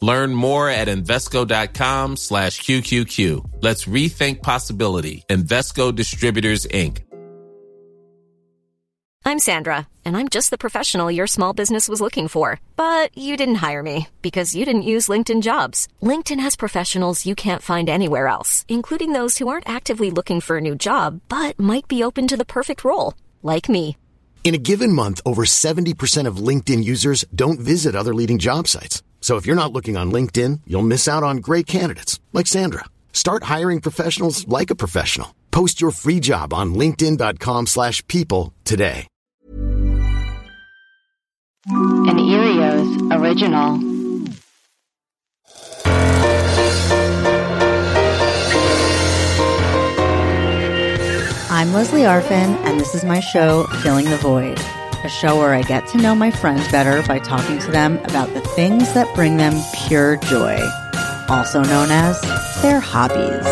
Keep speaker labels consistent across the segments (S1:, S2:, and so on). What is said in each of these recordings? S1: Learn more at Invesco.com slash QQQ. Let's rethink possibility. Invesco Distributors, Inc.
S2: I'm Sandra, and I'm just the professional your small business was looking for. But you didn't hire me because you didn't use LinkedIn jobs. LinkedIn has professionals you can't find anywhere else, including those who aren't actively looking for a new job but might be open to the perfect role, like me.
S3: In a given month, over 70% of LinkedIn users don't visit other leading job sites. So if you're not looking on LinkedIn, you'll miss out on great candidates like Sandra. Start hiring professionals like a professional. Post your free job on linkedin.com/people today.
S4: An Erios original.
S5: I'm Leslie Arfin, and this is my show, Filling the Void, a show where I get to know my friends better by talking to them about the things that bring them pure joy, also known as their hobbies.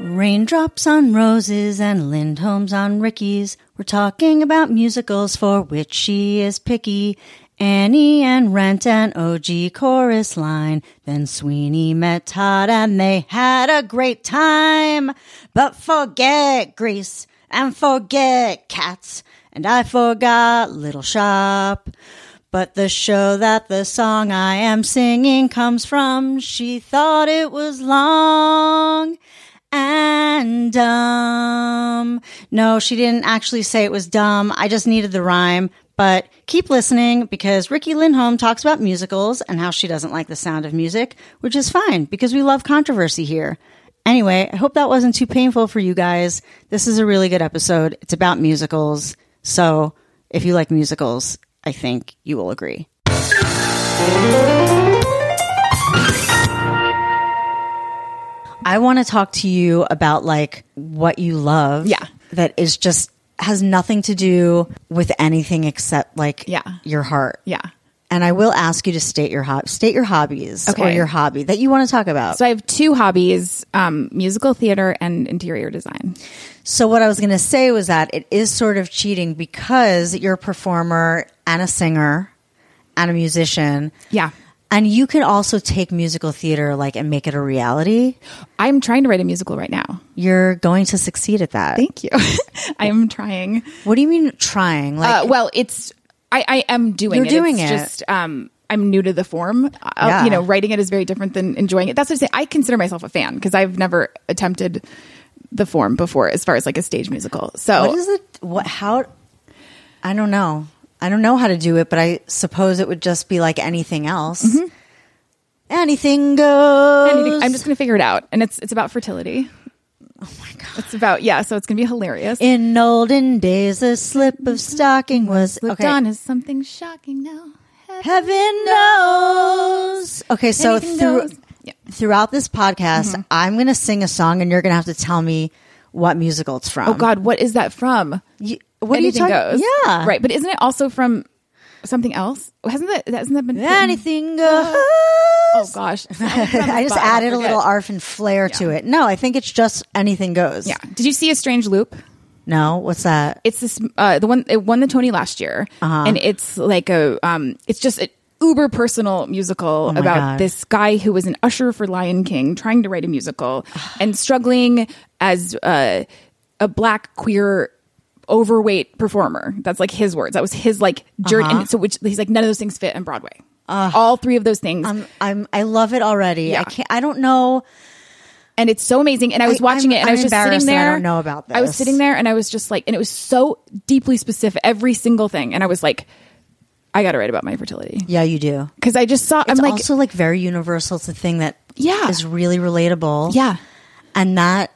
S5: Raindrops on roses and Lindholms on Rickies. We're talking about musicals for which she is picky. Annie and Rent and OG chorus line. Then Sweeney met Todd and they had a great time. But forget Grease and forget Cats. And I forgot Little Shop. But the show that the song I am singing comes from, she thought it was long and dumb. No, she didn't actually say it was dumb. I just needed the rhyme. But keep listening because Ricky Lindholm talks about musicals and how she doesn't like the sound of music, which is fine because we love controversy here. Anyway, I hope that wasn't too painful for you guys. This is a really good episode. It's about musicals. So if you like musicals, I think you will agree. I want to talk to you about like what you love.
S6: Yeah.
S5: That is just has nothing to do with anything except like
S6: Yeah.
S5: your heart.
S6: Yeah.
S5: And I will ask you to state your hob state your hobbies or
S6: Okay.
S5: your hobby that you want to talk about.
S6: So I have two hobbies: um, musical theater and interior design.
S5: So what I was going to say was that it is sort of cheating because you're a performer and a singer and a musician.
S6: Yeah.
S5: And you could also take musical theater like and make it a reality.
S6: I'm trying to write a musical right now.
S5: You're going to succeed at that.
S6: Thank you. I am trying.
S5: What do you mean trying? Like
S6: Uh, well, it's I, I am doing.
S5: You're
S6: it.
S5: doing
S6: it's
S5: it.
S6: Just um, I'm new to the form. Uh,
S5: Yeah.
S6: You know, writing it is very different than enjoying it. That's what I say. I consider myself a fan because I've never attempted the form before, as far as like a stage musical. So
S5: What is it? What? How? I don't know. I don't know how to do it, but I suppose it would just be like anything else. Anything goes.
S6: Mm-hmm. anything- I'm just going to figure it out, and it's it's about fertility. Oh my god! It's about yeah. So it's going to be hilarious.
S5: in olden days, a slip of stocking was
S6: We've
S5: okay.
S6: done is something shocking now.
S5: Heaven knows. Okay, so
S6: Anything
S5: through,
S6: goes. Yeah. Mm-hmm.
S5: throughout this podcast, I'm going to sing a song, and you're going to have to tell me what musical it's from.
S6: Oh God, what is that from?
S5: You- what
S6: Anything
S5: are you talking?
S6: goes.
S5: Yeah,
S6: right. But isn't it also from something else? Hasn't that hasn't that been written?
S5: Anything goes.
S6: Oh gosh,
S5: I
S6: I
S5: just added a little arf and flair to it. No, I think it's just anything goes.
S6: Yeah. Did you see a strange loop?
S5: No, what's that?
S6: It's this uh, the one it won the Tony last year,
S5: Uh-huh.
S6: and it's like a um, it's just an uber personal musical about
S5: Oh God.
S6: this guy who was an usher for Lion King, trying to write a musical and struggling as uh, a black queer overweight performer. That's like his words. That was his like journey.
S5: Uh-huh.
S6: And so which he's like none of those things fit in Broadway. All three of those things.
S5: I'm, I'm I love it already. I
S6: Yeah.
S5: can't. I don't know.
S6: and it's so amazing. And I was
S5: I-
S6: watching
S5: I'm-
S6: it, and
S5: I'm
S6: i was just sitting
S5: embarrassed that I
S6: there.
S5: don't know about
S6: I was
S5: this.
S6: sitting there, and I was just like, and it was so deeply specific, every single thing. And I was like, I got to write about my fertility
S5: Yeah, you do.
S6: because I just saw.
S5: It's
S6: I'm like,
S5: also like very universal. It's a thing that
S6: Yeah.
S5: is really relatable.
S6: yeah.
S5: and that.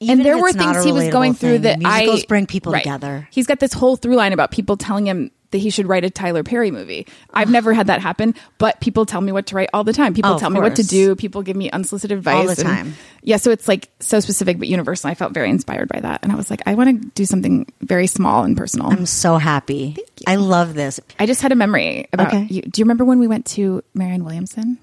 S5: even
S6: And there
S5: if
S6: were
S5: it's not
S6: things
S5: a
S6: he was
S5: relatable
S6: going through
S5: thing,
S6: that
S5: musicals
S6: I
S5: bring people
S6: right.
S5: together.
S6: He's got this whole through line about people telling him that he should write a Tyler Perry movie. I've never had that happen, but people tell me what to write all the time. People
S5: Oh, of
S6: tell me what to
S5: course.
S6: do. People give me unsolicited advice
S5: All the
S6: and-
S5: time.
S6: yeah, so it's like so specific but universal. I felt very inspired by that, and I was like, I want to do something very small and personal.
S5: I'm so happy. I love this. Oh
S6: I just had a memory about
S5: Okay.
S6: you. Do you remember when we went to Marianne Williamson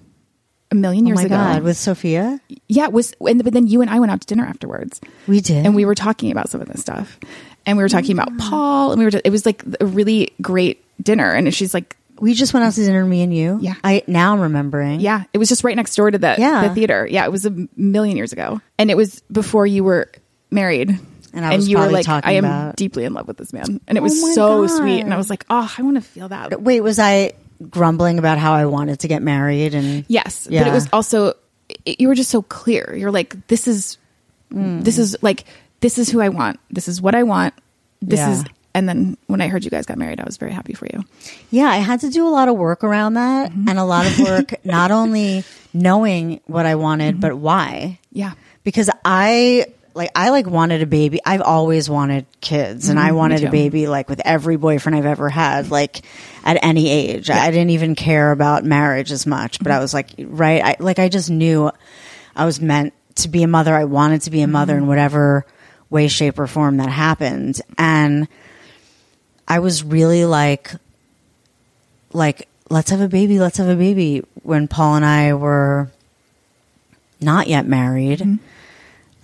S6: a million
S5: Oh
S6: years
S5: my
S6: ago?
S5: god, with Sophia,
S6: yeah, it was and but then you and I went out to dinner afterwards,
S5: we did,
S6: and we were talking about some of this stuff, and we were talking about Paul, and we were just, it was like a really great dinner, and she's like,
S5: we just went out to dinner, me and you.
S6: Yeah.
S5: I now I'm remembering.
S6: yeah, it was just right next door to the
S5: Yeah.
S6: the theater. Yeah, it was a million years ago, and it was before you were married.
S5: And I was
S6: you were
S5: probably
S6: like,
S5: talking
S6: I am
S5: about-
S6: deeply in love with this man, and it
S5: Oh
S6: was
S5: my
S6: so
S5: God.
S6: sweet. And I was like, oh, I want to feel that.
S5: Wait, was I grumbling about how I wanted to get married and
S6: Yes, but
S5: Yeah.
S6: it was also it, you were just so clear. You're like, this is, this is like, this is who I want. This is what I want. This
S5: Yeah.
S6: is. And then when I heard you guys got married, I was very happy for you.
S5: Yeah, I had to do a lot of work around that and a lot of work not only knowing what I wanted but why.
S6: Yeah.
S5: Because I like I like wanted a baby. I've always wanted kids and I wanted a baby like with every boyfriend I've ever had like at any age. I didn't even care about marriage as much, but I was like right I like I just knew I was meant to be a mother. I wanted to be a mother in whatever way shape or form that happened and I was really like like let's have a baby let's have a baby when paul and i were not yet married and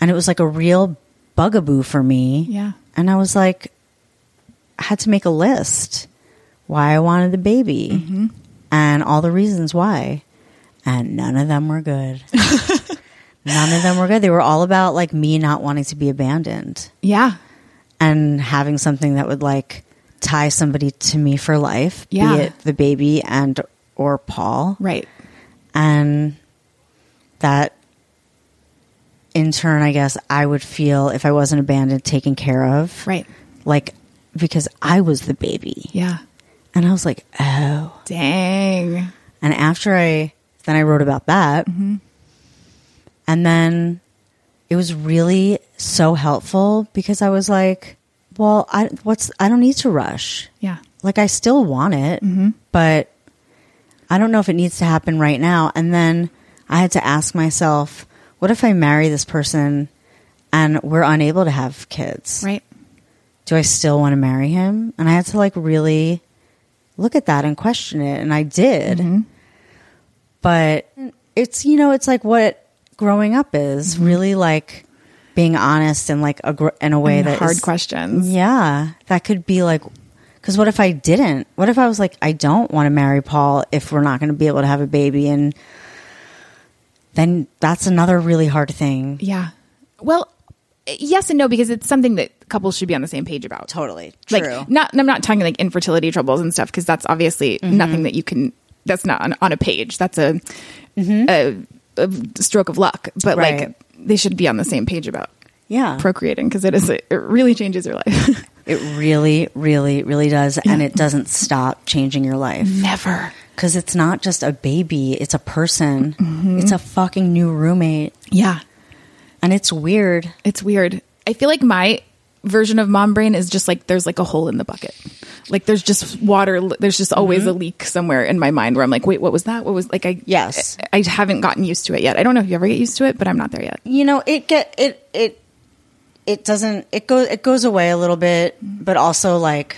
S5: it was like a real bugaboo for me
S6: Yeah.
S5: and i was like i had to make a list why i wanted the baby and all the reasons why and none of them were good none of them were good they were all about like me not wanting to be abandoned
S6: Yeah.
S5: and having something that would like tie somebody to me for life,
S6: Yeah.
S5: be it the baby and or Paul,
S6: Right.
S5: and that in turn, I guess I would feel if I wasn't abandoned, taken care of,
S6: Right.
S5: Like because I was the baby,
S6: Yeah.
S5: and I was like, oh,
S6: Dang.
S5: and after I then I wrote about that. And then it was really so helpful because I was like, well, I what's I don't need to rush.
S6: Yeah.
S5: Like I still want it, but I don't know if it needs to happen right now. And then I had to ask myself, what if I marry this person and we're unable to have kids?
S6: Right.
S5: do I still want to marry him? And I had to like really look at that and question it. And I did.
S6: Mm-hmm.
S5: But it's, you know, it's like what growing up is
S6: Mm-hmm.
S5: really like being honest and like a, gr- in a way
S6: And
S5: that
S6: hard
S5: is-
S6: questions.
S5: Yeah. That could be like, because what if I didn't? What if I was like, I don't want to marry Paul if we're not going to be able to have a baby? And then that's another really hard thing.
S6: Yeah. Well, yes and no because it's something that couples should be on the same page about.
S5: Totally. True.
S6: Like not I'm not talking like infertility troubles and stuff because that's obviously
S5: Mm-hmm.
S6: nothing that you can that's not on, on a page. That's a, a a stroke of luck. But
S5: Mm-hmm. Right.
S6: like they should be on the same page about
S5: Yeah.
S6: procreating because it is it really changes your life.
S5: It really, really, really does. And it doesn't stop changing your life.
S6: Never.
S5: Because it's not just a baby, it's a person. It's a fucking new roommate.
S6: Yeah.
S5: And it's weird.
S6: It's weird. I feel like my version of mom brain is just like there's like a hole in the bucket. Like there's just water. There's just always
S5: Mm-hmm.
S6: a leak somewhere in my mind where I'm like, wait, what was that? What was like? I
S5: Yes.
S6: I, I haven't gotten used to it yet. I don't know if you ever get used to it, but I'm not there yet.
S5: You know, it get it it it doesn't it goes it goes away a little bit, but also like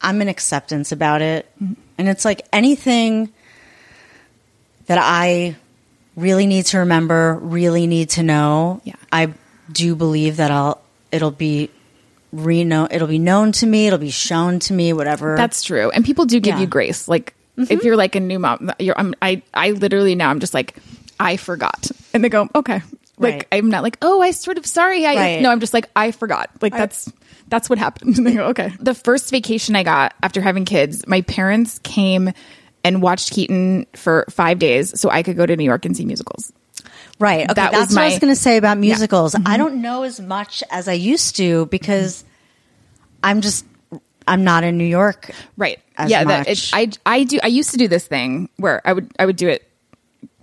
S5: I'm in acceptance about it. And it's like anything that I really need to remember, really need to know.
S6: Yeah.
S5: I do believe that I'll it'll be re it'll be known to me, it'll be shown to me, whatever.
S6: That's true. And people do give
S5: Yeah.
S6: you grace. Like if you're like a new mom, you're, I'm, I, I literally now I'm just like, I forgot. And they go, okay. Like
S5: Right.
S6: I'm not like, oh, I sort of sorry. I
S5: Right.
S6: no, I'm just like, I forgot. Like that's, that's what happened. And they go, okay. The first vacation I got after having kids, my parents came and watched Keaton for five days so I could go to New York and see musicals.
S5: Right. Okay.
S6: That was
S5: that's what I was
S6: my- Mm-hmm.
S5: going to say about musicals. I don't know as much as I used to because I'm just I'm not in New York.
S6: right
S5: as
S6: yeah
S5: much.
S6: that it's i i do i used to do this thing where i would i would do it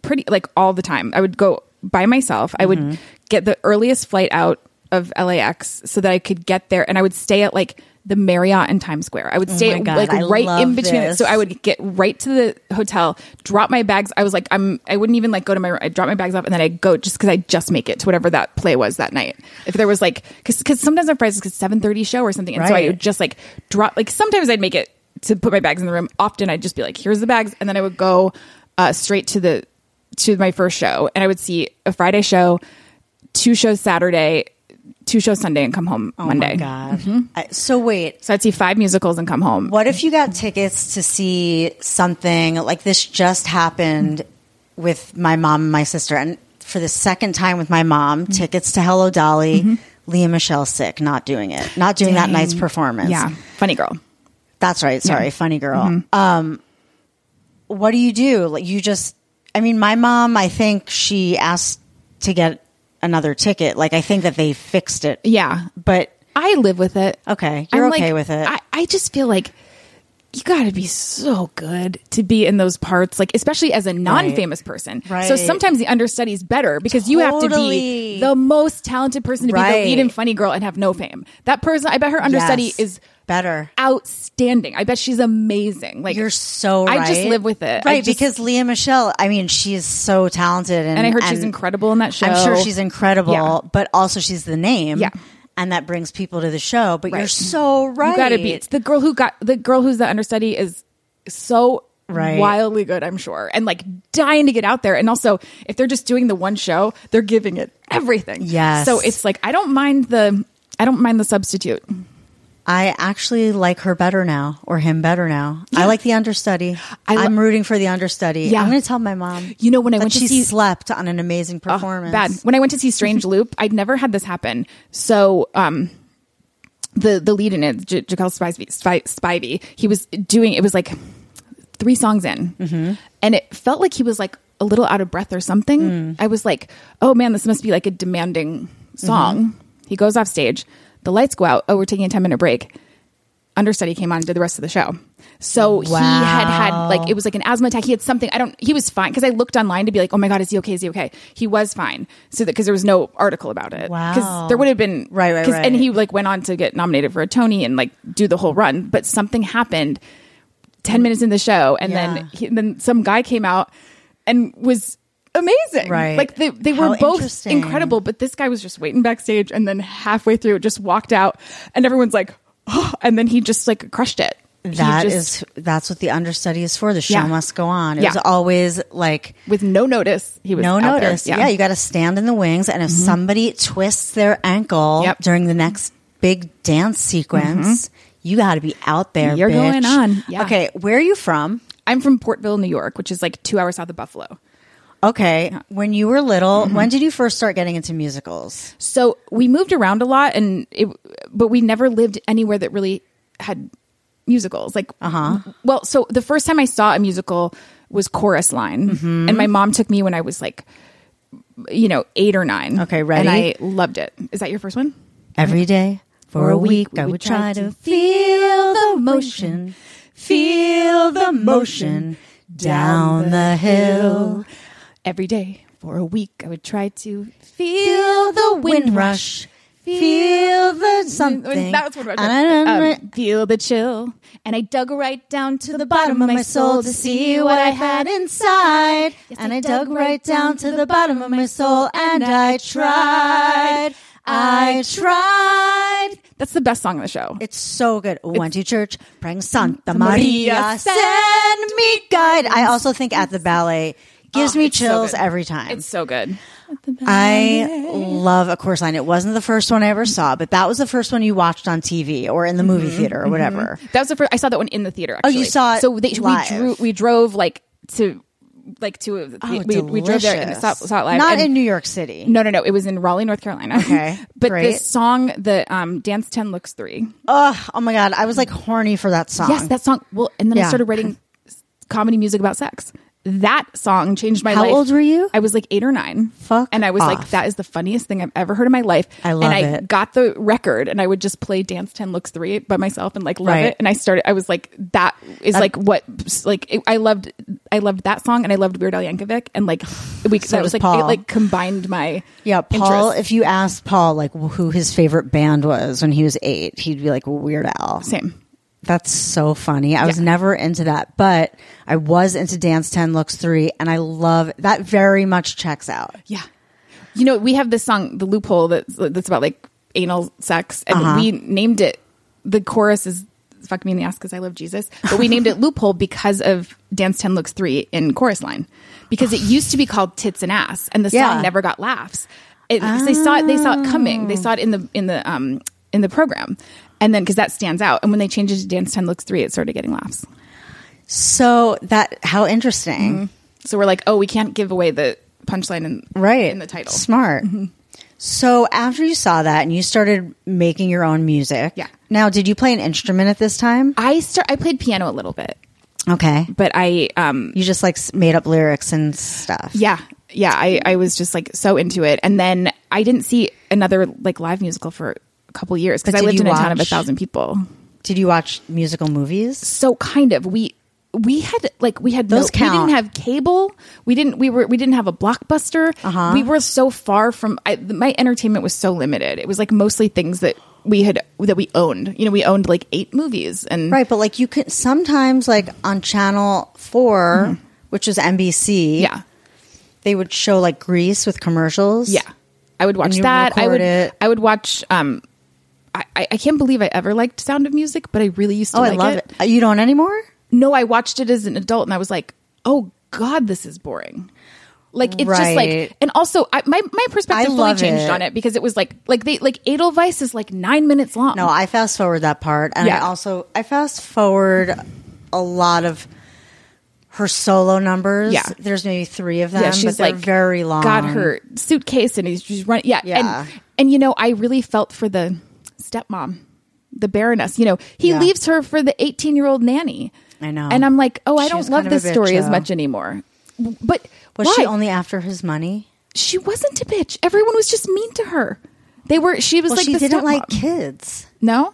S6: pretty like all the time i would go by myself i
S5: Mm-hmm.
S6: would get the earliest flight out of lax so that i could get there and i would stay at like the Marriott in Times Square. I would stay
S5: Oh my God,
S6: like
S5: I
S6: right in
S5: love
S6: between. it.
S5: this.
S6: So I would get right to the hotel, drop my bags. I was like, I'm. I wouldn't even like go to my. room. I'd drop my bags off and then I'd go just because I would just make it to whatever that play was that night. If there was like, because sometimes on Fridays it's a seven thirty show or something, and so I
S5: Right.
S6: would just like drop. Like sometimes I'd make it to put my bags in the room. Often I'd just be like, here's the bags, and then I would go uh, straight to the to my first show, and I would see a Friday show, two shows Saturday. Two shows Sunday and come home Monday.
S5: Oh my God.
S6: Mm-hmm.
S5: I- so wait,
S6: So I'd see five musicals and come home.
S5: What if you got tickets to see something like this just happened
S6: Mm-hmm.
S5: with my mom and my sister? And for the second time with my
S6: Mm-hmm.
S5: mom, tickets to Hello Dolly, Leah Michelle sick, not doing it, not doing that night's performance.
S6: Yeah, funny girl.
S5: That's right. Sorry, funny girl.
S6: Mm-hmm.
S5: Um, what do you do? Like you just, I mean, my mom. I think she asked to get another ticket. Like I think that they fixed it.
S6: Yeah,
S5: but
S6: I live with it.
S5: Okay, you're
S6: I'm
S5: okay
S6: like-
S5: with it.
S6: I, I just feel like you got to be so good to be in those parts, like especially as a non-famous person. So
S5: Right.
S6: sometimes the understudy is better because you have to be
S5: Totally.
S6: the most talented person to be the
S5: Right.
S6: lead in Funny Girl and have no fame. That person, I bet her understudy
S5: Yes.
S6: is
S5: better.
S6: outstanding. I bet she's amazing. Like
S5: You're so right.
S6: I just live with it, I
S5: Right,
S6: just-
S5: because Leah Michelle, I mean, she is so talented and,
S6: And I heard she's incredible in that
S5: I'm sure
S6: show.
S5: she's incredible,
S6: Yeah.
S5: but also she's the name.
S6: Yeah.
S5: And that brings people to the show. But you're
S6: Right.
S5: so right.
S6: You gotta be it's the girl who got the girl who's the understudy is so
S5: Right.
S6: wildly good, I'm sure, and like dying to get out there. And also, if they're just doing the one show, they're giving it everything.
S5: Yes.
S6: So it's like I don't mind the I don't mind the substitute.
S5: I actually like her better now or him better now. I like the understudy.
S6: I lo-
S5: I'm rooting for the understudy.
S6: Yeah.
S5: I'm going to tell my mom.
S6: You know, when I
S5: that
S6: went to
S5: she
S6: see-
S5: slept on an amazing
S6: Ugh,
S5: performance.
S6: bad. When I went to see Strange Loop, I'd never had this happen. So, um, the the lead in it, J- Jaquel Spivey, Spi- Spivey, he was doing. It was like three songs in, and it felt like he was like a little out of breath or something.
S5: Mm.
S6: I was like, oh man, this must be like a demanding song.
S5: Mm-hmm.
S6: He goes off stage, the lights go out. Oh, we're taking a ten minute break. Understudy came on and did the rest of the show. So he had had like it was like an asthma attack. He had something. I don't. He was fine because I looked online to be like, oh my god, is he okay? Is he okay? He was fine. So that because there was no article about it.
S5: Wow.
S6: Because there would have been
S5: Right, right,
S6: 'cause- And
S5: right.
S6: he like went on to get nominated for a Tony and like do the whole run. But something happened ten minutes in the show, and
S5: Mm. Yeah.
S6: then he, then some guy came out and was amazing.
S5: Right.
S6: Like they they
S5: How
S6: were both
S5: interesting.
S6: incredible, but this guy was just waiting backstage, and then halfway through, just walked out, and everyone's like, oh, and then he just like crushed it. He
S5: That
S6: just-
S5: is that's what the understudy is for. The show
S6: Yeah.
S5: must go on. It
S6: Yeah.
S5: was always like
S6: with no notice. He was
S5: no
S6: out there. Mm-hmm.
S5: notice. Yeah. you got to stand in the wings, and if somebody twists their ankle
S6: Yep. Mm-hmm.
S5: during the next big dance sequence, you got to be out there.
S6: You're
S5: bitch.
S6: going on. Yeah.
S5: Okay, where are you from?
S6: I'm from Portville, New York, which is like two hours south of Buffalo.
S5: Okay, when you were little, when did you first start getting into musicals?
S6: So we moved around a lot, and it, but we never lived anywhere that really had musicals. Like, uh
S5: Uh-huh.
S6: huh. Well, so the first time I saw a musical was Chorus Line,
S5: Mm-hmm.
S6: and my mom took me when I was like, you know, eight or nine.
S5: Okay, ready?
S6: And I loved it. Is that your first one?
S5: Every day for a week, I would try to feel the motion, feel the motion down the hill.
S6: Every day for a week, I would try to feel.
S5: Feel the wind rush. Feel the something.
S6: That was what I
S5: And I-
S6: was um, Feel the chill. And I dug right down to the bottom of my soul to see what I had in.
S5: inside. And I dug right down to the bottom of my soul and I tried. I tried.
S6: That's the best song in the show.
S5: It's so good. Went to church, praying Santa Maria, send me guide. I also think at the ballet gives me
S6: Oh, it's so
S5: chills
S6: good.
S5: every time.
S6: It's so good.
S5: I love A Course Line. It wasn't the first one I ever saw, but that was the first one you watched on TV or in the movie
S6: Mm-hmm.
S5: theater or whatever.
S6: That was the first I saw that one in the theater.
S5: Oh,
S6: Actually.
S5: you saw it
S6: So they,
S5: live.
S6: we drew. We drove like to, like to. a-
S5: Oh,
S6: we, we drove there and
S5: delicious.
S6: saw, saw it live.
S5: Not
S6: and-
S5: in New York City.
S6: No, no, no. It was in Raleigh, North Carolina.
S5: Okay,
S6: but
S5: great.
S6: this song, the um, Dance Ten Looks Three.
S5: Ugh, oh my god, I was like horny for that song.
S6: Yes, that song. Well, and then
S5: Yeah.
S6: I started writing s- comedy music about sex. that song changed my
S5: How
S6: life.
S5: old were you?
S6: I was like eight or nine.
S5: Fuck
S6: And I was
S5: off.
S6: like, that is the funniest thing I've ever heard in my life.
S5: I love
S6: And I
S5: it.
S6: got the record and I would just play Dance 10 Looks 3 by myself and like love
S5: Right.
S6: it. And I started, I was like, that is like what, like it, I loved, I loved that song and I loved Weird Al Yankovic. And like, we, that
S5: does
S6: was like,
S5: Paul.
S6: it like combined my,
S5: Yeah, Paul.
S6: interests.
S5: If you asked Paul like who his favorite band was when he was eight, he'd be like Weird Al.
S6: same.
S5: That's so funny. I was
S6: Yeah.
S5: never into that, but I was into Dance Ten Looks Three, and I love that. Very much checks out.
S6: Yeah. You know, we have this song, The Loophole, that's, that's about like anal sex. And
S5: Uh-huh.
S6: we named it, the chorus is Fuck Me in the Ass Because I Love Jesus. But we named it Loophole because of Dance 10 Looks 3 in Chorus Line. Because it used to be called Tits and Ass, and the song
S5: Yeah.
S6: never got laughs. It, 'cause They saw it. They saw it coming. They saw it in the in the um in the program, and then because that stands out. And when they changed it to Dance Ten Looks Three, it started getting laughs.
S5: So that how interesting,
S6: So we're like, oh, we can't give away the punchline in
S5: right?
S6: in the title. Mm-hmm.
S5: smart. So after you saw that and you started making your own music,
S6: Yeah. Uh,
S5: Now, did you play an instrument at this time?
S6: I start. I played piano a little bit,
S5: Okay,
S6: but I um
S5: you just like s- made up lyrics and stuff.
S6: yeah yeah I I was just like so into it, and then I didn't see another like live musical for a couple years because
S5: But
S6: I
S5: did
S6: lived
S5: you
S6: in a town of a
S5: watch-
S6: thousand people.
S5: Did you watch musical movies?
S6: So kind of we we had like we had
S5: Those
S6: no, we
S5: count.
S6: didn't have cable we didn't we were we didn't have a blockbuster we were so far from I, my entertainment was so limited it was like mostly things that we had that we owned you know we owned like eight movies and
S5: Right, but like you could sometimes like on channel 4 which is NBC,
S6: Mm-hmm. yeah
S5: they would show like Grease with commercials.
S6: Yeah, I would watch
S5: you
S6: that. I
S5: record
S6: would.
S5: it.
S6: I would watch. Um, I, I I can't believe I ever liked Sound of Music, but I really used to.
S5: Oh,
S6: like
S5: I love it. Uh, You don't anymore?
S6: No, I watched it as an adult, and I was like, oh god, this is boring. Like it's just
S5: Right.
S6: like, and also I, my my
S5: I
S6: perspective fully
S5: love
S6: changed
S5: it.
S6: on it because it was like like they like Edelweiss is like nine minutes long.
S5: No, I fast forward that part, and I
S6: Yeah.
S5: also I fast forward a lot of her solo numbers.
S6: Yeah.
S5: there's maybe three of them.
S6: yeah,
S5: but
S6: she's
S5: they're
S6: like
S5: very long.
S6: Got her suitcase, and he's she's running. Yeah,
S5: Yeah.
S6: and and you know, I really felt for the stepmom, the Baroness. You know, he
S5: Yeah.
S6: leaves her for the eighteen-year-old nanny.
S5: I know.
S6: and I'm like, oh, I
S5: She's
S6: don't
S5: kind
S6: love
S5: of a
S6: this
S5: bitch,
S6: story as
S5: though.
S6: much anymore. But
S5: Was
S6: why?
S5: she only after his money?
S6: She wasn't a bitch. Everyone was just mean to her. They were. She was
S5: Well,
S6: like
S5: she
S6: the
S5: didn't
S6: stepmom.
S5: like kids,
S6: No.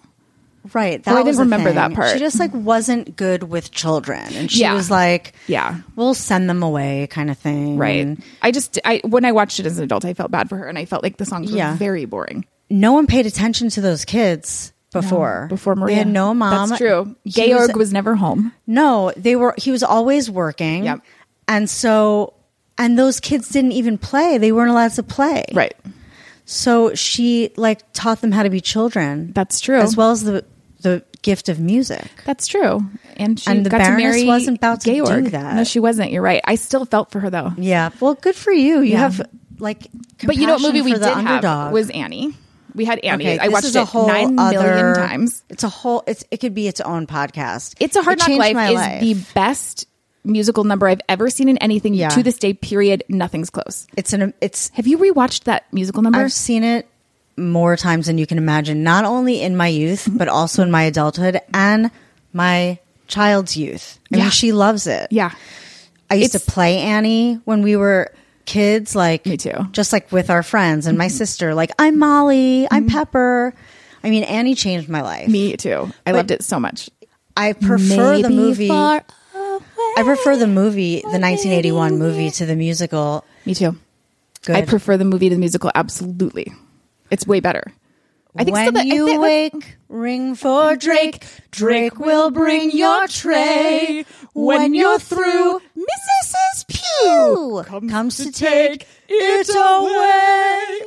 S5: right? That
S6: I didn't
S5: was a
S6: remember
S5: thing.
S6: that part.
S5: She just like wasn't good with children, and she
S6: Yeah.
S5: was like,
S6: Yeah.
S5: we'll send them away," kind of thing.
S6: Right.
S5: And
S6: I just I when I watched it as an adult, I felt bad for her, and I felt like the songs were
S5: Yeah.
S6: very boring.
S5: no one paid attention to those kids before.
S6: Before Maria,
S5: they had no mom.
S6: That's true.
S5: He
S6: Georg was, never home.
S5: No, they were. He was always working.
S6: Yep.
S5: And so, and those kids didn't even play. They weren't allowed to play.
S6: Right.
S5: So she like taught them how to be children.
S6: That's true.
S5: As well as the the gift of music.
S6: That's true. And she
S5: And the
S6: got to
S5: Baroness
S6: marry
S5: wasn't about to do
S6: Georg.
S5: that.
S6: No, she wasn't. You're right. I still felt for her though.
S5: Yeah. Well, good for you. You
S6: Yeah.
S5: have like.
S6: But you know what
S5: compassion
S6: movie we
S5: for
S6: did
S5: the underdog.
S6: have was Annie. We had Annie.
S5: Okay,
S6: I
S5: this
S6: watched
S5: is
S6: it
S5: a whole
S6: nine million
S5: other-
S6: times.
S5: It's a whole. It's it could be its own podcast.
S6: It's a Hard
S5: It
S6: Knock
S5: changed
S6: Life
S5: my
S6: is the best musical number I've ever seen in anything
S5: Yeah.
S6: to this day. Period. Nothing's close.
S5: It's an. It's
S6: Have you rewatched that musical number?
S5: I've seen it more times than you can imagine, not only in my youth,
S6: Mm-hmm.
S5: but also in my adulthood and my child's youth. I
S6: Yeah.
S5: mean, she loves it.
S6: yeah.
S5: I used
S6: It's-
S5: to play Annie when we were kids, like,
S6: Me too. Mm-hmm.
S5: just like with our friends and my sister, like, I'm Molly, I'm Pepper. I mean, Annie changed my life.
S6: Me too. I loved it so much.
S5: I prefer the
S6: Maybe
S5: movie.
S6: far
S5: I prefer the movie, the 1981 movie, to the musical.
S6: Me too.
S5: Good.
S6: I prefer the movie to the musical. Absolutely. It's way better. I think
S5: when
S6: still that, I
S5: you
S6: think-
S5: wake, ring for Drake. Drake will bring your tray. When you're through, Mrs. Pew comes, to take it away.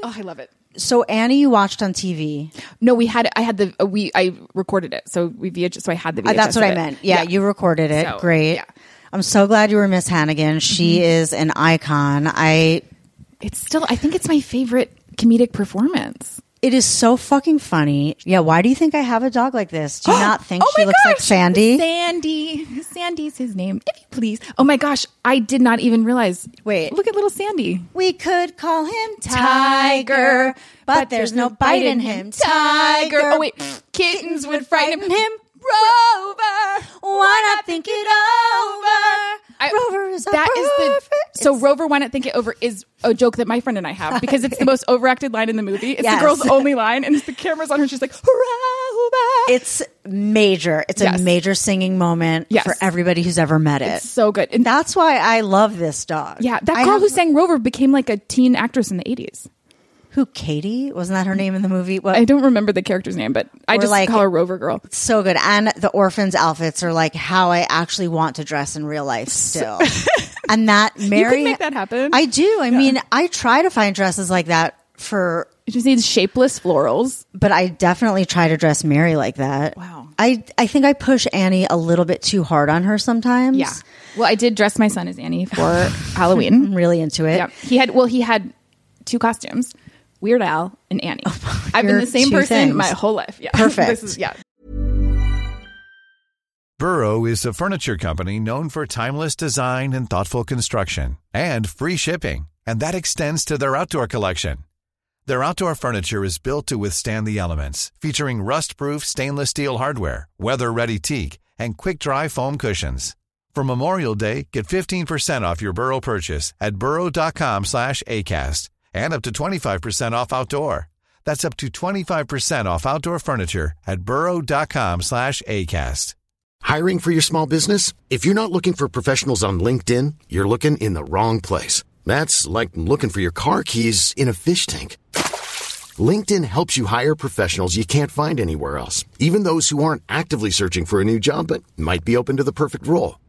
S6: Oh, I love it.
S5: So Annie, you watched on TV.
S6: No, we had I had the uh, we I recorded it, so we VH. So I had the VHS.
S5: Uh, that's
S6: of
S5: what I
S6: it.
S5: meant. Yeah, you recorded it.
S6: So,
S5: Great.
S6: yeah.
S5: I'm so glad you were Miss Hannigan. She is an icon. I.
S6: It's still. I think it's my favorite comedic performance.
S5: It is so fucking funny. Yeah. Why do you think I have a dog like this? Do you not think
S6: oh
S5: she
S6: my
S5: looks like
S6: gosh!
S5: Sandy?
S6: Sandy. Sandy's his name, if you please. Oh my gosh! I did not even realize.
S5: Wait.
S6: look at little Sandy.
S5: We could call him Tiger, but there's no bite in him. Tiger.
S6: Oh wait, kittens would frighten him.
S5: Rover. Why not think it over?
S6: I-
S5: Rover is a
S6: that is
S5: perfect-
S6: the so Rover why not think it over is a joke that my friend and I have because it's the most overacted line in the movie. It's
S5: Yes.
S6: the girl's only line, and it's the camera's on her. and She's like, "Hurrah, hurrah!"
S5: It's major. It's
S6: Yes.
S5: a major singing moment
S6: Yes.
S5: for everybody who's ever met it.
S6: It's so good. And
S5: That's why I love this dog.
S6: yeah, that
S5: I
S6: girl
S5: have-
S6: who sang Rover became like a teen actress in the eighties.
S5: who Katie wasn't that her name in the movie? What
S6: I don't remember the character's name, but I
S5: Or
S6: just
S5: like-
S6: call her Rover Girl.
S5: so good. And the orphans' outfits are like how I actually want to dress in real life still. and that Mary
S6: make that happen.
S5: I do. I mean, I try to find dresses like that for
S6: It just needs shapeless florals.
S5: but I definitely try to dress Mary like that.
S6: Wow.
S5: I I think I push Annie a little bit too hard on her sometimes.
S6: Yeah. Well, I did dress my son as Annie for Halloween.
S5: I'm really into it.
S6: Yeah. He had well, he had two costumes. Weird Al and Annie. I've been
S5: Your
S6: the same
S5: two
S6: person
S5: things.
S6: my whole life. Yeah.
S5: Perfect.
S6: this is yeah.
S7: Burrow is a furniture company known for timeless design and thoughtful construction and free shipping, and that extends to their outdoor collection. Their outdoor furniture is built to withstand the elements, featuring rust-proof stainless steel hardware, weather-ready teak, and quick-dry foam cushions. For Memorial Day, get 15% off your Burrow purchase at burrow.com/acast and up to 25% off outdoor. That's up to 25% off outdoor furniture at burrow.com/acast.
S3: Hiring for your small business? If you're not looking for professionals on LinkedIn, you're looking in the wrong place. That's like looking for your car keys in a fish tank. LinkedIn helps you hire professionals you can't find anywhere else, even those who aren't actively searching for a new job but might be open to the perfect role.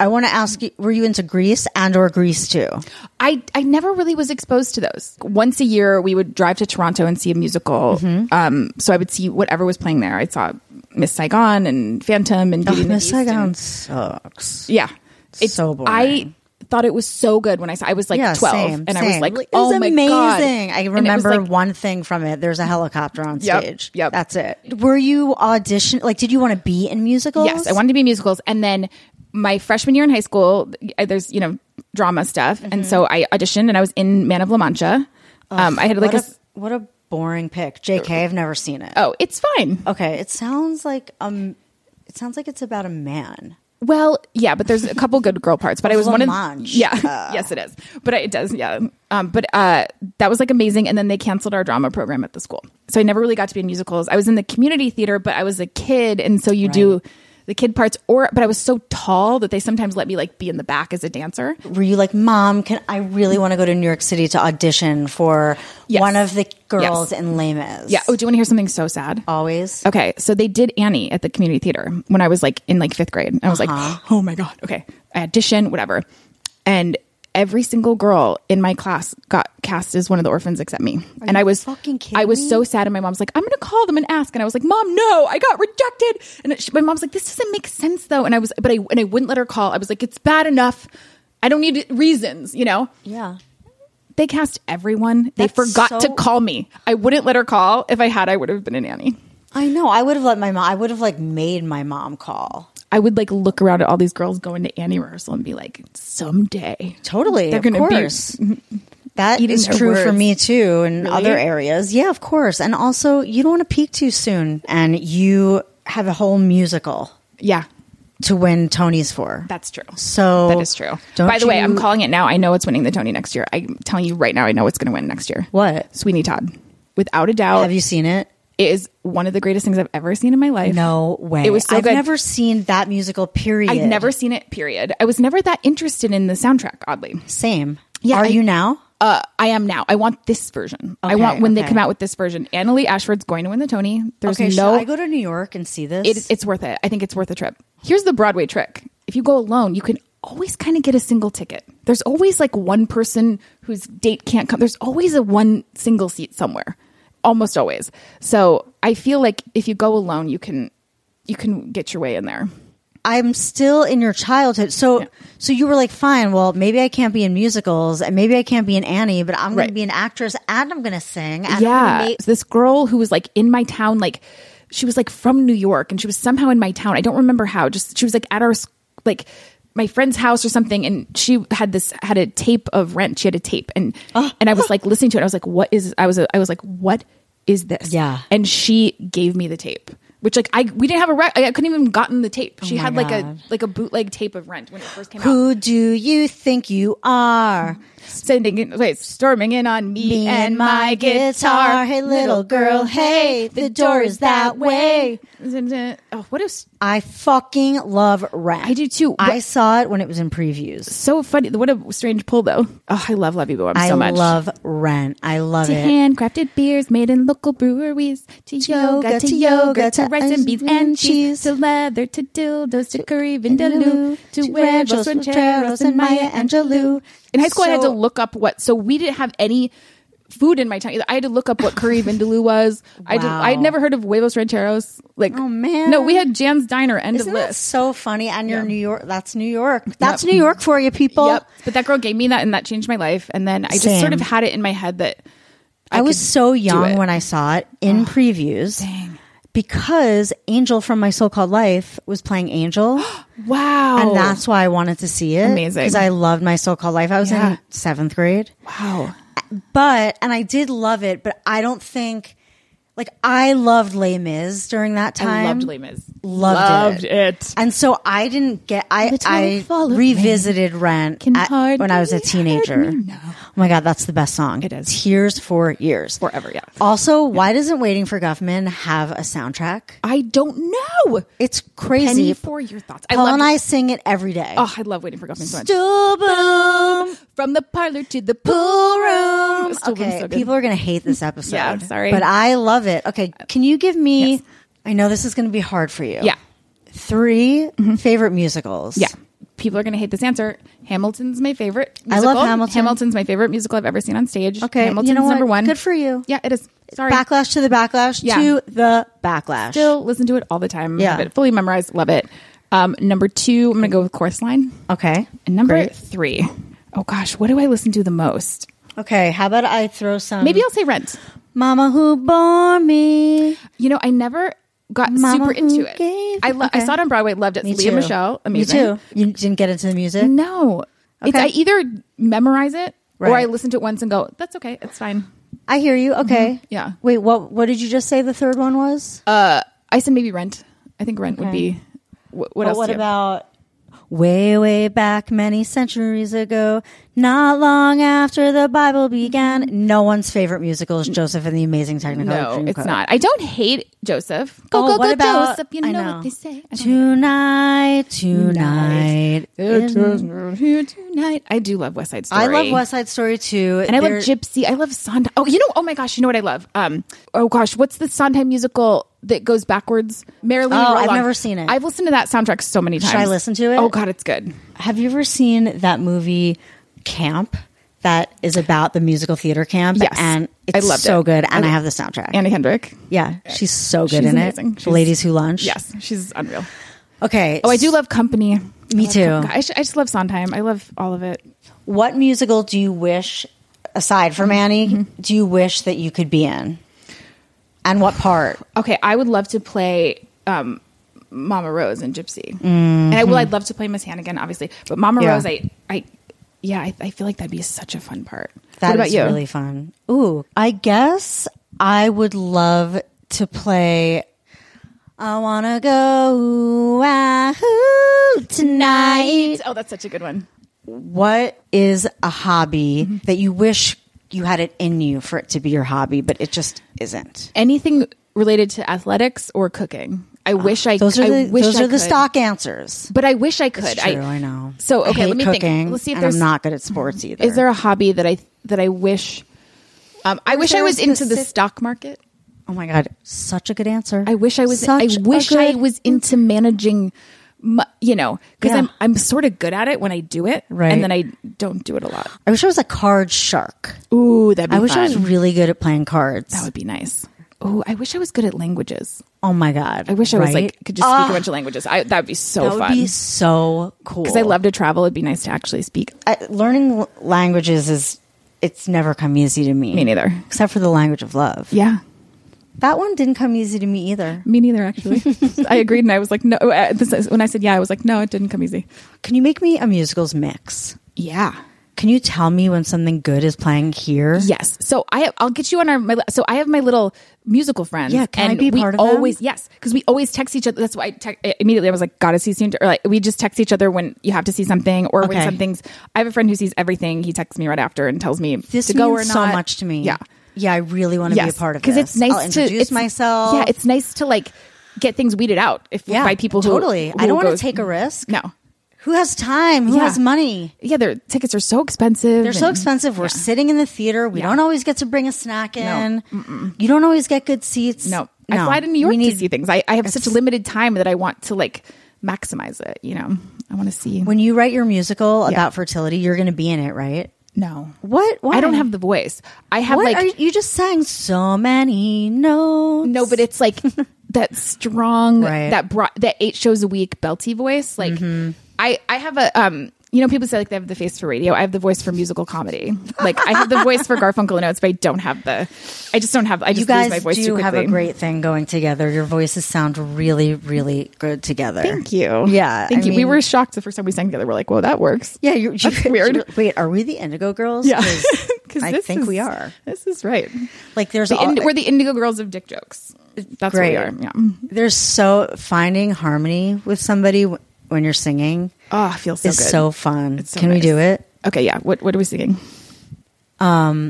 S5: I want to ask you: Were you into Greece and or Greece too?
S6: I, I never really was exposed to those. Once a year, we would drive to Toronto and see a musical. Um, so I would see whatever was playing there. I saw Miss Saigon and Phantom and Beauty and the
S5: Miss
S6: Beast
S5: Saigon
S6: and-
S5: sucks.
S6: yeah,
S5: so boring.
S6: I thought it was so good when I saw. I was like
S5: yeah,
S6: twelve,
S5: same,
S6: and I was
S5: same.
S6: like,
S5: It
S6: "Oh
S5: was
S6: my
S5: amazing.
S6: god!"
S5: I
S6: And it was
S5: remember
S6: like-
S5: one thing from it. There's a helicopter on
S6: Yep,
S5: stage.
S6: yep.
S5: That's it. Were you audition? Like, did you want to be in musicals?
S6: Yes, I wanted to be in musicals. And then my freshman year in high school, I- there's you know drama stuff, and so I auditioned and I was in Man of La Mancha. um, I had like
S5: What
S6: a,
S5: a,
S6: s-
S5: what a boring pick, J.K. I've never seen it.
S6: oh, it's fine.
S5: Okay, it sounds like um, it sounds like it's about a man.
S6: Well, yeah, but there's a couple good girl parts, but I was
S5: La
S6: one of
S5: Manche.
S6: yeah, yes it is, but it does yeah. Um, but uh, that was like amazing, and then they canceled our drama program at the school, so I never really got to be in musicals. I was in the community theater, but I was a kid, and so you do the kid parts, or but I was so tall that they sometimes let me like be in the back as a dancer.
S5: Were you like, Mom? Can I really want to go to New York City to audition for
S6: Yes.
S5: one of the girls
S6: Yes.
S5: in Les Mis?
S6: Yeah. Oh, do you want to hear something so sad?
S5: always.
S6: Okay, so they did Annie at the community theater when I was like in like fifth grade. And I was like,
S5: Uh-huh.
S6: oh my god. Okay, I audition, whatever, and every single girl in my class got cast as one of the orphans except me. and I was
S5: fucking kidding
S6: I was so
S5: me?
S6: sad, and my mom's like, I'm gonna call them and ask. And I was like, Mom, no, I got rejected. And it, she, my mom's like, this doesn't make sense though. And I was, but I and I wouldn't let her call. I was like, it's bad enough. I don't need reasons, you know
S5: Yeah.
S6: they cast everyone. They
S5: That's
S6: forgot
S5: so-
S6: to call me. I wouldn't let her call. If I had, I would have been a nanny.
S5: I know. I would have let my mom. I would have like made my mom call.
S6: I would like look around at all these girls going to Annie rehearsal and be like, someday.
S5: Totally.
S6: They're
S5: of
S6: gonna be-
S5: course. Mm-hmm. That
S6: eating
S5: is
S6: their
S5: true for
S6: words.
S5: me too in
S6: Really?
S5: other areas. Yeah, of course. And also, you don't want to peak too soon and you have a whole musical
S6: Yeah,
S5: to win Tony's for.
S6: that's true.
S5: so
S6: that is true.
S5: don't
S6: By the way, I'm
S5: you-
S6: calling it now. I know it's winning the Tony next year. I'm telling you right now, I know it's going to win next year.
S5: What?
S6: Sweeney Todd. Without a doubt,
S5: Have you seen it?
S6: it is one of the greatest things I've ever seen in my life.
S5: No way.
S6: It was so
S5: I've
S6: good.
S5: never seen that musical. Period.
S6: I've never seen it, period. I was never that interested in the soundtrack, oddly.
S5: Same.
S6: Yeah,
S5: Are
S6: I-
S5: you now?
S6: uh, I am now. I want this version. I
S5: Okay,
S6: want when they
S5: okay.
S6: come out with this version. Annalie Ashford's going to win the Tony. There's
S5: okay.
S6: no.
S5: should I go to New York and see this?
S6: it, it's worth it. I think it's worth a trip. Here's the Broadway trick: if you go alone, you can always kind of get a single ticket. There's always like one person whose date can't come. There's always a one single seat somewhere, almost always. So I feel like if you go alone, you can you can get your way in there.
S5: I'm still in your childhood. So so you were like, fine, well, maybe I can't be in musicals and maybe I can't be in Annie, but I'm going
S6: Right.
S5: to be an actress and I'm going to sing. And I'm
S6: yeah.
S5: gonna make-
S6: So this girl who was like in my town, like she was like from New York and she was somehow in my town. I don't remember how. Just she was like at our s- like my friend's house or something and she had this had a tape of rent. She had a tape and
S5: Oh.
S6: and I was like listening to it. I was like, what is I was I was like, what is this?
S5: Yeah.
S6: And she gave me the tape. Which like I we didn't have a rec- I couldn't even gotten the tape. She
S5: Oh my
S6: had like a
S5: God.
S6: like a bootleg tape of Rent when it first came out.
S5: Who do you think you are?
S6: Sending in, wait, storming in on me,
S5: Me and my guitar. Hey, little girl, hey, the door is that way.
S6: Oh, what is
S5: I fucking love Rent.
S6: I do too.
S5: I
S6: What-
S5: saw it when it was in previews.
S6: so funny? What a strange pull, though. Oh, I love Levy Boehm
S5: I
S6: so much.
S5: love Rent. I love
S6: to
S5: it.
S6: handcrafted beers made in local breweries, to, yoga, to yoga, to rice and beans and cheese, to leather, to dildos, to curry vindaloo, to ranchos, rancheros, and Maya Angelou. In high school, I had to
S5: So-
S6: look up what. So we didn't have any food in my town. either. I had to look up what curry vindaloo was. I did,
S5: Wow.
S6: I'd never heard of huevos rancheros. Like,
S5: Oh, man.
S6: no, we had Jan's Diner. End
S5: Isn't
S6: of
S5: that
S6: list.
S5: so funny? And you're New York. That's New York. That's New York for you, people.
S6: Yep. But that girl gave me that, and that changed my life. And then I just
S5: Same.
S6: sort of had it in my head that
S5: I, was
S6: could
S5: so
S6: do
S5: young
S6: it.
S5: when I saw it in previews. Because Angel from My So Called Life was playing Angel.
S6: wow,
S5: And that's why I wanted to see it.
S6: Oh. Amazing.
S5: Because I loved My So Called Life. I was
S6: Yeah.
S5: in seventh grade.
S6: wow.
S5: But, and I did love it, but I don't think, like, I loved Les Mis during that time.
S6: I loved Les Mis.
S5: Loved it.
S6: it.
S5: And so I didn't get. I
S6: The time
S5: I
S6: fall of
S5: revisited Rent
S6: can
S5: at- when I was a
S6: hardly hurt
S5: teenager.
S6: me now.
S5: Oh my god, that's the best song. It
S6: is.
S5: Tears for years,
S6: Forever, yeah.
S5: Also, why doesn't Waiting for Guffman have a soundtrack?
S6: I don't know.
S5: It's crazy.
S6: Penny for your thoughts. I
S5: Paul
S6: love.
S5: and I sing it every day.
S6: oh, I love waiting for Guffman so much.
S5: Stool boom,
S6: From the parlor to the
S5: pool
S6: pool room.
S5: room.
S6: Still been
S5: okay,
S6: so good.
S5: people are gonna hate this episode.
S6: Yeah, sorry.
S5: but I love it. Okay, can you give me? I know this is gonna be hard for you.
S6: Yeah,
S5: 3
S6: Mm-hmm.
S5: favorite musicals.
S6: yeah. People are gonna hate this answer. Hamilton's my favorite.
S5: I love
S6: Musical.
S5: Hamilton.
S6: Hamilton's my favorite musical I've ever seen on stage.
S5: Okay, you
S6: Hamilton's
S5: know what?
S6: number one.
S5: Good for you.
S6: Yeah, it is. Sorry.
S5: Backlash to the backlash
S6: Yeah.
S5: to the backlash.
S6: Still listen to it all the time.
S5: Yeah.
S6: Have it fully memorized. Love it. Um, number two, I'm gonna go with Chorus Line.
S5: okay.
S6: And number
S5: Great.
S6: three. Oh gosh, what do I listen to the most?
S5: Okay. How about I throw some?
S6: Maybe I'll say Rent.
S5: Mama who bore me.
S6: You know, I never got
S5: Mama
S6: super
S5: who
S6: into it.
S5: gave-
S6: I lo- I
S5: okay.
S6: saw it on Broadway, loved it.
S5: Me
S6: Leah
S5: too.
S6: Michelle, amazing. Mm-hmm.
S5: Me too. You didn't get into the music.
S6: No, it's,
S5: Okay.
S6: I either memorize it or
S5: Right.
S6: I listen to it once and go, "That's okay, it's fine."
S5: I hear you. Okay.
S6: Mm-hmm. Yeah.
S5: Wait. What? What did you just say? The third one was.
S6: I said maybe Rent. I think Rent would
S5: Okay.
S6: be. wh- What,
S5: But
S6: else?
S5: what
S6: do you have?
S5: about? Way, way back many centuries ago, not long after the Bible began, no one's favorite musical is Joseph and the Amazing Technicolor
S6: No,
S5: Dreamcoat.
S6: it's not. I don't hate Joseph. Go
S5: Oh,
S6: go
S5: what
S6: go,
S5: about-
S6: Joseph. You
S5: I
S6: know,
S5: know.
S6: what they say. I don't-
S5: Tonight, tonight.
S6: It
S5: in-
S6: is not here tonight. I do love West Side Story.
S5: I love West Side Story too.
S6: And I love
S5: They're-
S6: Gypsy. I love Sondheim. Oh, you know. Oh my gosh. You know what I love? Um. Oh gosh. What's the Sondheim musical that goes backwards? Merrily.
S5: Oh,
S6: We Roll
S5: I've
S6: On.
S5: never seen it.
S6: I've listened to that soundtrack so many times.
S5: I listen to it?
S6: Oh God, it's good.
S5: Have you ever seen that movie Camp that is about the musical theater camp?
S6: Yes.
S5: And
S6: I
S5: it's
S6: loved
S5: so
S6: it.
S5: good. And I,
S6: I-
S5: have the soundtrack.
S6: Anna Hendrick.
S5: yeah, she's so good
S6: She's
S5: in
S6: amazing.
S5: it.
S6: She's-
S5: The Ladies Who Lunch.
S6: Yes, she's unreal.
S5: Okay.
S6: Oh, I do love Company.
S5: Me
S6: I love
S5: too.
S6: Company. I, sh- I just love Sondheim. I love all of it.
S5: What musical do you wish, aside from
S6: Mm-hmm.
S5: Annie, do you wish that you could be in? And what part?
S6: Okay, I would love to play um, Mama Rose and Gypsy, and I will. I'd love to play Miss Hannigan, obviously, but Mama
S5: Yeah.
S6: Rose, I, I, yeah, I, I feel like that'd be such a fun part.
S5: That
S6: what about
S5: is
S6: you?
S5: really fun. Ooh, I guess I would love to play. I wanna go wahoo tonight.
S6: Oh, that's such a good one. Mm-hmm.
S5: What is a hobby that you wish you had it in you for it to be your hobby, but it just isn't?
S6: Anything related to athletics or cooking. I wish I.
S5: Uh, Those are
S6: I
S5: the
S6: wish
S5: those
S6: I
S5: are the
S6: could.
S5: stock answers.
S6: But I wish I could.
S5: It's true, I, know.
S6: So
S5: I
S6: okay,
S5: hate
S6: let me
S5: cooking,
S6: think. Let's see if
S5: and
S6: there's
S5: I'm not good at sports either.
S6: Is there a hobby that I that I wish? Um, I wish I
S5: there a
S6: was into the
S5: specific-
S6: stock market.
S5: Oh my god, such a good answer.
S6: I wish I was.
S5: Such a
S6: I wish I
S5: good-
S6: was into managing. mu- You know, because
S5: Yeah.
S6: I'm I'm sort of good at it when I do it,
S5: Right.
S6: And then I don't do it a lot.
S5: I wish I was a card shark.
S6: Ooh, that'd be.
S5: I wish I was
S6: fun.
S5: really good at playing cards.
S6: That would be nice. oh, I wish I was good at languages.
S5: Oh my god!
S6: I wish I was
S5: right? Ah.
S6: like could just speak a bunch of languages. I that would be so
S5: that would
S6: fun.
S5: be so cool.
S6: because I love to travel. It'd be nice to actually speak.
S5: I, learning l- languages. Is it's never come easy to me.
S6: Me neither.
S5: Except for the language of love.
S6: Yeah.
S5: That one didn't come easy to me either.
S6: Me neither, actually. I agreed, and I was like, "No." uh, This is, when I said, "Yeah," I was like, "No, it didn't come easy."
S5: Can you make me a musicals mix?
S6: Yeah,
S5: Can you tell me when something good is playing here?
S6: Yes. So I I'll get you on our my so I have my little musical friends.
S5: Yeah, can I
S6: and
S5: be
S6: we
S5: part of them?
S6: always yes because we always text each other. That's why I tec- immediately I was like, gotta see soon. Or like we just text each other when you have to see something or
S5: Okay.
S6: when something's. I have a friend who sees everything. He texts me right after and tells me
S5: This
S6: to
S5: means
S6: go or not.
S5: so much to me.
S6: Yeah.
S5: Yeah, I really want to be
S6: Yes.
S5: a part of this.
S6: because it's nice
S5: I'll
S6: to
S5: introduce
S6: it's-
S5: myself.
S6: Yeah, it's nice to like get things weeded out if
S5: Yeah,
S6: by people who
S5: totally. I
S6: who
S5: don't wanna
S6: goes-
S5: take a risk.
S6: No.
S5: who has time? Who
S6: Yeah.
S5: has money?
S6: Yeah, their tickets are so expensive.
S5: They're so
S6: and-
S5: expensive. We're sitting in the theater. We don't always get to bring a snack in. You don't always get good seats.
S6: No, I fly to New York
S5: We need-
S6: to see things. I, I have such limited time that I want to like maximize it. You know, I want to see.
S5: When you write your musical about fertility, you're going to be in it, right?
S6: no,
S5: What? Why?
S6: I don't have the voice. I have
S5: What
S6: like
S5: are you, you just sang so many notes?
S6: no, but it's like that strong
S5: Right. Mm-hmm.
S6: that brought that eight shows a week belty voice. Like I I have a um. You know, people say like they have the face for radio. I have the voice for musical comedy. Like I have the voice for Garfunkel and Oates, but I don't have the. I just don't have. I just
S5: you
S6: lose my
S5: guys
S6: voice
S5: do
S6: too quickly.
S5: have a great thing going together. Your voices sound really, really good together.
S6: Thank you.
S5: Yeah,
S6: Thank
S5: I
S6: you. we
S5: mean-
S6: were shocked the first time we sang together. We're like, whoa, that works.
S5: Yeah, you're, you
S6: That's weird.
S5: wait, are we the Indigo Girls?
S6: Yeah.
S5: 'Cause I
S6: this
S5: think we
S6: is-
S5: are.
S6: This is right.
S5: Like, there's
S6: The
S5: all,
S6: ind- we're the indigo girls of dick jokes. That's
S5: Great.
S6: what we are. Yeah.
S5: there's so finding harmony with somebody w- when you're singing
S6: Oh, it feels so
S5: is
S6: good.
S5: so fun.
S6: It's so
S5: Can we
S6: nice.
S5: do it?
S6: Okay, yeah. What what are we singing?
S5: I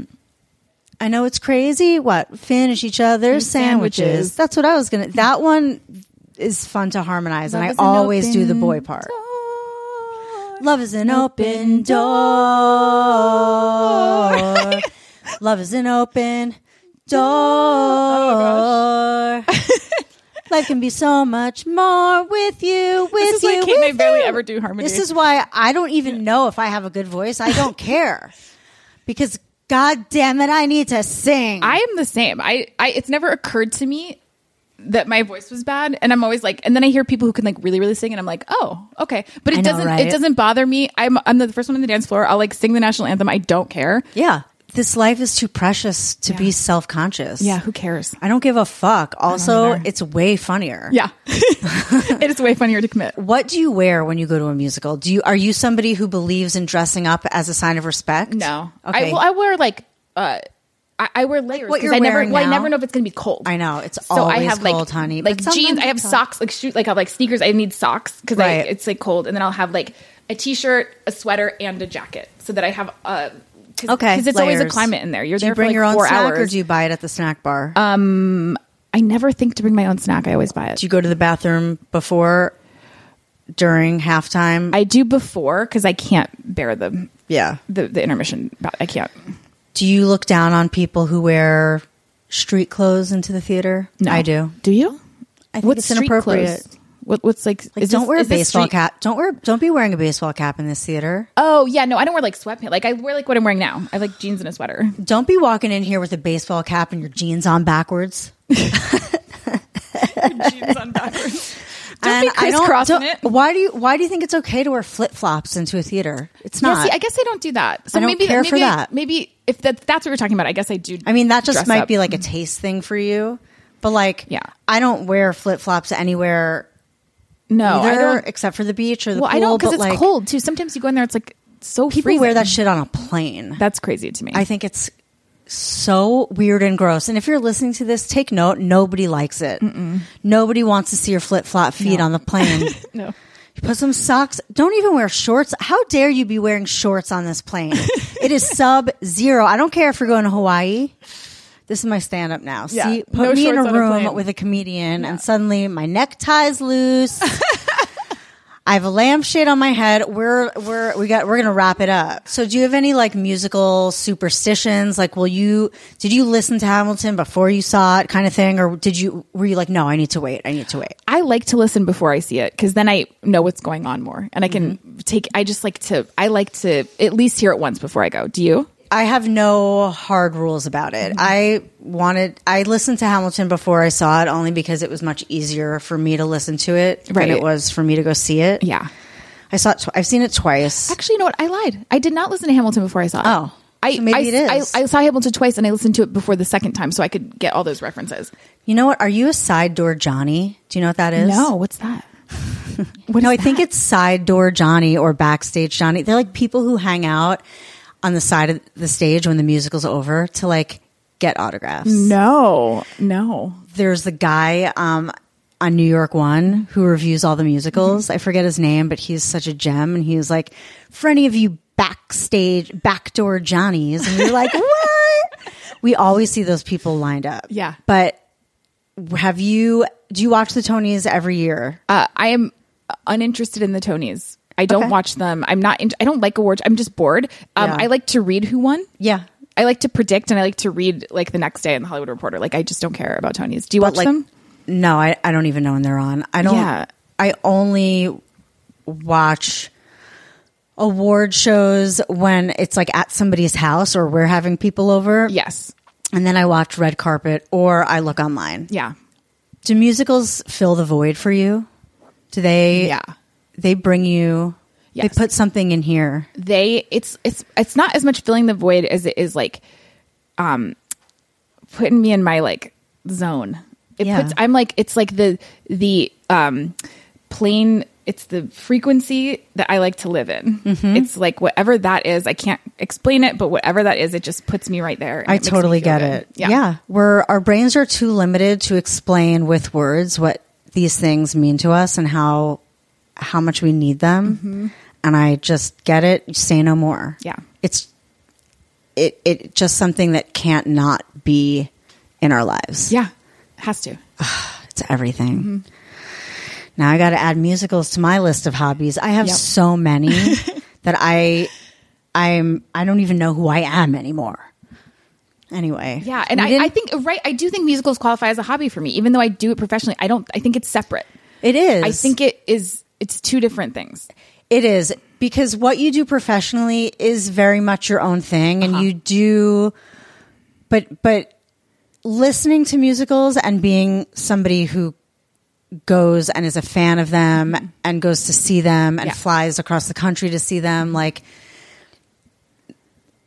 S5: know it's crazy. What finish each other's sandwiches.
S6: sandwiches.
S5: That's what I was gonna. That one is fun to harmonize,
S6: Love
S5: and I
S6: is an
S5: always do the
S6: open
S5: boy part.
S6: door.
S5: Love is an open door. Love is an open door.
S6: Oh,
S5: Life can be so much more with you. With
S6: This is why
S5: you,
S6: Kate and I
S5: with
S6: barely
S5: you.
S6: ever do harmony.
S5: This is why I don't even know if I have a good voice. I don't care because. God damn it! I need to sing.
S6: I am the same. I, I it's never occurred to me that my voice was bad and I'm always like and then I hear people who can like really really sing and I'm like, "Oh, okay." But it
S5: I know,
S6: doesn't
S5: right?
S6: it doesn't bother me. I'm I'm the first one on the dance floor. I'll like sing the national anthem. I don't care.
S5: Yeah. This life is too precious to be self conscious.
S6: Yeah, who cares?
S5: I don't give a fuck. Also, it's way funnier.
S6: Yeah. it is way funnier to commit.
S5: What do you wear when you go to a musical? Do you are you somebody who believes in dressing up as a sign of respect?
S6: No.
S5: Okay.
S6: I, well, I wear like uh, I, I wear layers
S5: what
S6: because
S5: you're
S6: I never.
S5: wearing
S6: Well, I
S5: now.
S6: never know if it's gonna be cold.
S5: I know, it's
S6: so I
S5: always
S6: have
S5: cold,
S6: like,
S5: honey, but
S6: Like
S5: sometimes
S6: jeans. I have
S5: it's hot.
S6: socks. Like shoot. Like I have like sneakers. I need socks because
S5: Right.
S6: it's like cold. And then I'll have like a t-shirt, a sweater, and a jacket so that I have. Uh, cause,
S5: okay.
S6: Because it's always a
S5: layers.
S6: climate in there. You're
S5: do
S6: there
S5: you bring
S6: for like
S5: your own
S6: four
S5: snack
S6: hours. Uh,
S5: or do you buy it at the snack bar?
S6: I never think to bring my own snack. I always buy it.
S5: do you go to the bathroom before, during halftime?
S6: I do before because I can't bear the
S5: yeah.
S6: the, the intermission. ba- I can't.
S5: Do you look down on people who wear street clothes into the theater?
S6: No.
S5: I do.
S6: Do you?
S5: I think
S6: What's
S5: it's
S6: street
S5: inappropriate.
S6: clothes? What, what's like?
S5: Like,
S6: is
S5: don't
S6: this-
S5: wear a
S6: is this
S5: baseball
S6: street-
S5: cap. Don't wear. Don't be wearing a baseball cap in this theater.
S6: Oh yeah, no, I don't wear like sweatpants. Like I wear like what I'm wearing now. I have like jeans and a sweater.
S5: Don't be walking in here with a baseball cap and your jeans on backwards.
S6: jeans on backwards.
S5: Don't
S6: be crisscrossing it.
S5: Why do you? Why do you think it's okay to wear flip flops into a theater? It's
S6: Yeah,
S5: not.
S6: see, I guess I don't do that. So
S5: I don't
S6: maybe
S5: care
S6: maybe
S5: for
S6: I-
S5: that.
S6: Maybe if that, that's what we're talking about, I guess I do.
S5: I mean, that just
S6: dress
S5: might
S6: up.
S5: be like a taste thing for you, but like,
S6: Yeah.
S5: I don't wear flip flops anywhere
S6: no,
S5: either,
S6: Oh, I don't.
S5: except for the beach or the
S6: Well,
S5: pool.
S6: I don't because
S5: but
S6: it's
S5: like,
S6: cold too. Sometimes you go in there, it's like so
S5: People
S6: freezing.
S5: wear that shit on a plane.
S6: That's crazy to me.
S5: I think it's so weird and gross. And if you're listening to this, take note. Nobody likes it. Nobody wants to see your flip flop feet on the plane.
S6: no.
S5: You Put some socks. Don't even wear shorts. How dare you be wearing shorts on this plane? it is sub zero. I don't care if you're going to Hawaii. This is my stand up now.
S6: Yeah,
S5: See, put
S6: no
S5: me in
S6: shorts
S5: a
S6: on a
S5: room
S6: plane.
S5: with a comedian and suddenly my necktie's loose. I have a lampshade on my head. We're we're we got we're gonna wrap it up. So, do you have any like musical superstitions? Like, will you did you listen to Hamilton before you saw it, kind of thing, or did you were you like, no, I need to wait, I need to wait?
S6: I like to listen before I see it because then I know what's
S5: Mm-hmm.
S6: going on more, and I can take. I just like to. I like to at least hear it once before I go. Do you?
S5: I have no hard rules about it.
S6: Mm-hmm.
S5: I wanted I listened to Hamilton before I saw it only because it was much easier for me to listen to it
S6: Right.
S5: than it was for me to go see it.
S6: Yeah.
S5: I saw it. Tw- I've seen it twice.
S6: Actually, you know what? I lied. I did not listen to Hamilton before I saw it.
S5: Oh.
S6: I,
S5: So maybe
S6: I,
S5: it is.
S6: I, I saw Hamilton twice and I listened to it before the second time so I could get all those references.
S5: You know what? Are you a side door Johnny? Do you know what that is?
S6: No, what's that?
S5: no, I think it's side door Johnny or backstage Johnny. They're like people who hang out on the side of the stage when the musical's over to like get autographs.
S6: No, no.
S5: There's the guy um, on New York One who reviews all the musicals.
S6: Mm-hmm.
S5: I forget his name, but he's such a gem. And he was like, for any of you backstage, backdoor Johnnies. And you're like, what? We always see those people lined up.
S6: Yeah.
S5: But have you, do you watch the Tonys every year?
S6: Uh, I am uninterested in the Tonys. I don't
S5: Okay.
S6: watch them. I'm not. In, I don't like awards. I'm just bored. Um,
S5: Yeah.
S6: I like to read who won.
S5: Yeah.
S6: I like to predict, and I like to read like the next day in the Hollywood Reporter. Like I just don't care about Tonys. Do you
S5: But,
S6: watch them?
S5: No, I, I don't even know when they're on. I don't.
S6: Yeah.
S5: I only watch award shows when it's like at somebody's house or we're having people over.
S6: Yes.
S5: And then I watch red carpet or I look online.
S6: Yeah.
S5: Do musicals fill the void for you? Do they?
S6: Yeah.
S5: They bring you.
S6: Yes.
S5: They put something in here.
S6: they it's it's it's not as much filling the void as it is like um putting me in my like zone it
S5: Yeah.
S6: puts i'm like it's like the the um plane it's the frequency that i like to live in
S5: Mm-hmm.
S6: it's like whatever that is i can't explain it but whatever that is it just puts me right there and
S5: I
S6: it makes me
S5: totally
S6: feel
S5: get
S6: good.
S5: it. Yeah. We're, our brains are too limited to explain with words what these things mean to us and how, how much we need them. And I just get it. Say no more.
S6: Mm-hmm. Yeah.
S5: It's, it, it just something that can't not be in our lives.
S6: yeah Mm-hmm. has to
S5: It's everything. Now I got to add musicals to my list of hobbies. I have
S6: Yep.
S5: so many that I, I'm, I don't even know who I am anymore. Anyway,
S6: yeah and
S5: we
S6: I,
S5: didn't-
S6: I think right i do think musicals qualify as a hobby for me even though i do it professionally i don't i think it's separate
S5: It is.
S6: i think it is it's two different things
S5: it is because what you do professionally is very much your own thing
S6: Uh-huh.
S5: and you do but but listening to musicals and being somebody who goes and is a fan of them and goes to see them and
S6: Yeah.
S5: flies across the country to see them like